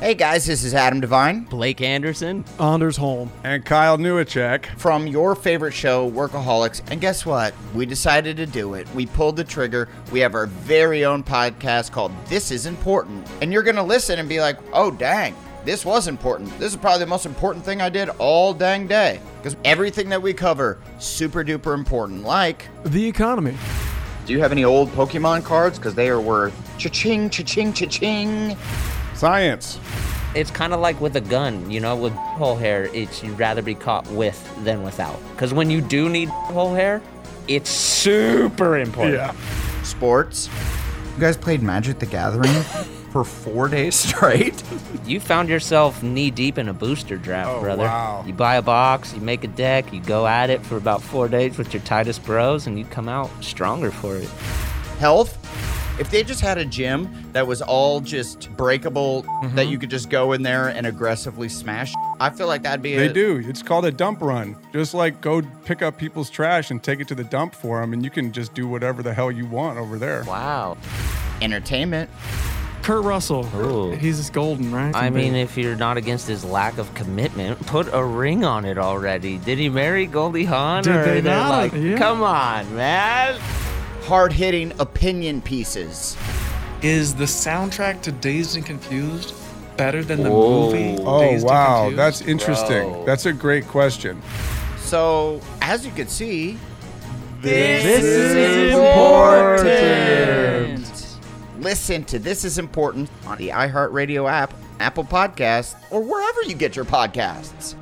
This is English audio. Hey guys, this is Adam Devine Blake Anderson. Anders Holm. And Kyle Newacek. from your favorite show, Workaholics. And guess what? We decided to do it. We pulled the trigger. We have our very own podcast called This Is Important. And you're going to listen and be like, oh, dang, this was important. This is probably the most important thing I did all dang day. Because everything that we cover, super duper important. Like, The economy. do you have any old Pokemon cards? Because they are worth cha-ching, cha-ching, cha-ching. Science. It's kind of like with a gun, you know, with whole hair, it's you'd rather be caught with than without. Because when you do need whole hair, it's super important. Sports. You guys played Magic the Gathering? for four days straight. You found yourself knee deep in a booster draft, Oh, brother. wow. You buy a box, you make a deck, you go at it for about four days with your tightest bros, and you come out stronger for it. health. If they just had a gym that was all just breakable, that you could just go in there and aggressively smash, I feel like that'd be They a, do. It's called a dump run. Just like go pick up people's trash and take it to the dump for them, and you can just do whatever the hell you want over there. Wow. entertainment. Kurt Russell. Ooh. He's just golden, right? I mean, if you're not against his lack of commitment, put a ring on it already. Did he marry Goldie Hawn? Did or they they're not? Like, Yeah. Come on, man. Hard hitting opinion pieces. Is the soundtrack to Dazed and Confused better than the Whoa. movie? Oh, Dazed and wow. Confused? That's interesting. Bro. That's a great question. So, as you can see, This is is important. Listen to This Is Important on the iHeartRadio app, Apple Podcasts, or wherever you get your podcasts.